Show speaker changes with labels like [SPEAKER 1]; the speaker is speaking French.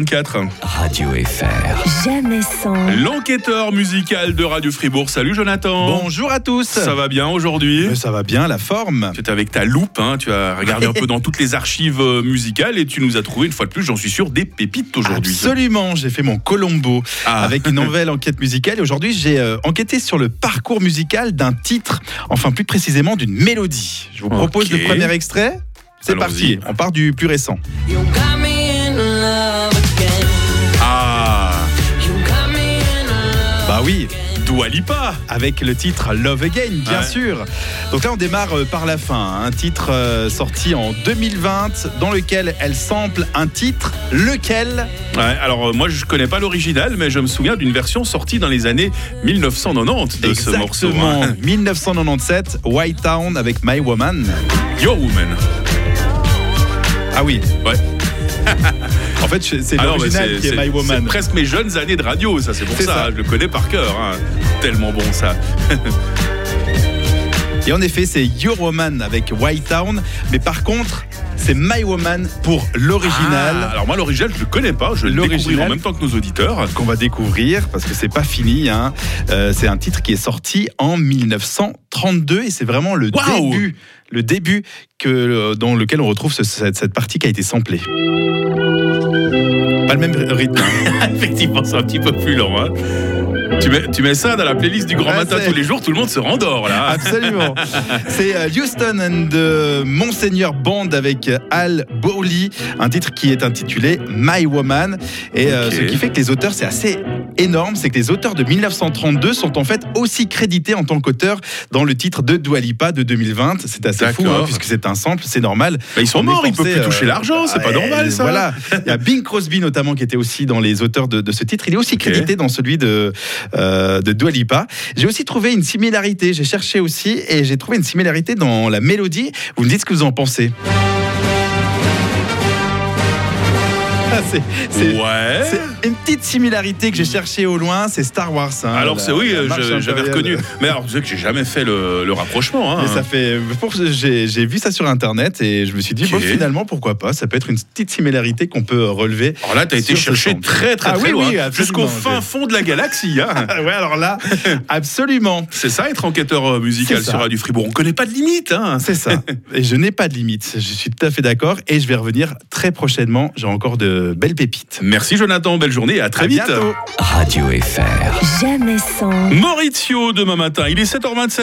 [SPEAKER 1] 24.
[SPEAKER 2] Radio FR.
[SPEAKER 3] Jamais sans.
[SPEAKER 1] L'enquêteur musical de Radio Fribourg. Salut Jonathan.
[SPEAKER 4] Bonjour à tous.
[SPEAKER 1] Ça va bien aujourd'hui
[SPEAKER 4] Euh, Ça va bien, la forme.
[SPEAKER 1] Tu étais avec ta loupe, hein, tu as regardé un peu dans toutes les archives euh, musicales et tu nous as trouvé, une fois de plus, j'en suis sûr, des pépites aujourd'hui.
[SPEAKER 4] Absolument, j'ai fait mon Colombo
[SPEAKER 1] Ah.
[SPEAKER 4] avec une nouvelle enquête musicale. Et aujourd'hui, j'ai euh, enquêté sur le parcours musical d'un titre, enfin plus précisément d'une mélodie. Je vous propose
[SPEAKER 1] Ok.
[SPEAKER 4] le premier extrait. C'est
[SPEAKER 1] Allons-y.
[SPEAKER 4] parti, on part du plus récent.
[SPEAKER 5] You got me in love again.
[SPEAKER 1] Ah,
[SPEAKER 5] You got me in love.
[SPEAKER 4] Bah oui,
[SPEAKER 1] Dua Lipa.
[SPEAKER 4] Ah, avec le titre Love Again, bien
[SPEAKER 1] Ouais.
[SPEAKER 4] sûr. Donc là, on démarre euh, par la fin. hein. Un titre euh, sorti en 2020, dans lequel elle sample un titre, lequel
[SPEAKER 1] Ouais, alors euh, moi je connais pas l'original, mais je me souviens d'une version sortie dans les années 1990 de
[SPEAKER 4] Exactement,
[SPEAKER 1] ce morceau. hein.
[SPEAKER 4] 1997, White Town avec My Woman.
[SPEAKER 1] Your Woman.
[SPEAKER 4] Ah oui,
[SPEAKER 1] Ouais.
[SPEAKER 4] en fait, je- c'est
[SPEAKER 1] Ah non, mais
[SPEAKER 4] l'original
[SPEAKER 1] c'est-
[SPEAKER 4] qui est,
[SPEAKER 1] c'est-
[SPEAKER 4] My
[SPEAKER 1] c'est
[SPEAKER 4] Woman.
[SPEAKER 1] presque mes jeunes années de radio, ça c'est pour ça,
[SPEAKER 4] C'est ça.
[SPEAKER 1] je le connais par cœur. hein. Tellement bon ça.
[SPEAKER 4] Et en effet, c'est Your Woman avec White Town. Mais par contre, c'est My Woman pour
[SPEAKER 1] Ah,
[SPEAKER 4] l'original.
[SPEAKER 1] alors moi l'original je le connais pas, je le découvre
[SPEAKER 4] L'original.
[SPEAKER 1] en même temps que nos auditeurs.
[SPEAKER 4] qu'on va découvrir parce que c'est pas fini. hein. Euh, c'est un titre qui est sorti en 1932 et c'est vraiment le
[SPEAKER 1] Waouh
[SPEAKER 4] début, le début que euh, dans lequel on retrouve ce- cette, cette partie qui a été samplée. Pas le même rythme. hein.
[SPEAKER 1] Effectivement, c'est un petit peu plus lent. hein. Tu, mets, tu mets ça dans la playlist du grand
[SPEAKER 4] Ouais,
[SPEAKER 1] matin
[SPEAKER 4] c'est- Ah,
[SPEAKER 1] tous les jours, tout le monde se rendort là.
[SPEAKER 4] Absolument. C'est euh, Houston and the Monseigneur Band avec euh, Al Bowley, un titre qui est intitulé My Woman. Et euh,
[SPEAKER 1] Ok.
[SPEAKER 4] ce qui fait que les auteurs, c'est assez énorme, c'est que les auteurs de 1932 sont en fait aussi crédités en tant qu'auteurs dans le titre de Dua Lipa de 2020. C'est assez fou,
[SPEAKER 1] D'accord.
[SPEAKER 4] hein, puisque c'est un sample, c'est normal.
[SPEAKER 1] Bah, ils sont
[SPEAKER 4] On est
[SPEAKER 1] morts, ils ne peuvent
[SPEAKER 4] forcé,
[SPEAKER 1] plus
[SPEAKER 4] euh,
[SPEAKER 1] toucher l'argent, c'est pas
[SPEAKER 4] Euh,
[SPEAKER 1] normal ça.
[SPEAKER 4] Voilà. Il y a Bing Crosby notamment qui était aussi dans les auteurs de, de ce titre. Il est aussi crédité dans celui de, euh, de Dua Lipa. J'ai aussi trouvé une similarité. J'ai cherché aussi et j'ai trouvé une similarité dans la mélodie. Vous me dites ce que vous en pensez. Ah, c'est- c'est-
[SPEAKER 1] Ouais.
[SPEAKER 4] c'est une petite similarité que j'ai cherchée au loin, c'est Star Wars. hein,
[SPEAKER 1] Alors
[SPEAKER 4] la-
[SPEAKER 1] c'est oui,
[SPEAKER 4] la marche
[SPEAKER 1] je- j'avais
[SPEAKER 4] impériale.
[SPEAKER 1] reconnu. Mais alors tu sais que j'ai jamais fait le, le rapprochement. hein.
[SPEAKER 4] Mais ça fait. pour- J'ai j'ai vu ça sur internet et je me suis dit,
[SPEAKER 1] Ok.
[SPEAKER 4] bon, finalement, pourquoi pas Ça peut être une petite similarité qu'on peut euh, relever.
[SPEAKER 1] Alors là, t'as été
[SPEAKER 4] Sur ce
[SPEAKER 1] chercher
[SPEAKER 4] champ.
[SPEAKER 1] très très
[SPEAKER 4] Ah
[SPEAKER 1] très
[SPEAKER 4] oui,
[SPEAKER 1] loin,
[SPEAKER 4] oui, absolument,
[SPEAKER 1] jusqu'au fin
[SPEAKER 4] j'ai-
[SPEAKER 1] fond de la galaxie. hein.
[SPEAKER 4] Ah ouais, alors là, absolument.
[SPEAKER 1] C'est ça être enquêteur euh, musical
[SPEAKER 4] C'est ça.
[SPEAKER 1] sur Radio Fribourg. On connaît pas de limite. Hein.
[SPEAKER 4] C'est ça. Et je n'ai pas de limite. Je suis tout à fait d'accord. Et je vais revenir très prochainement. J'ai encore de belles pépites.
[SPEAKER 1] Merci Jonathan, belle journée et à très
[SPEAKER 4] À
[SPEAKER 1] vite.
[SPEAKER 4] bientôt.
[SPEAKER 2] Radio FR.
[SPEAKER 3] Jamais sans.
[SPEAKER 1] Maurizio demain matin, il est 7h27.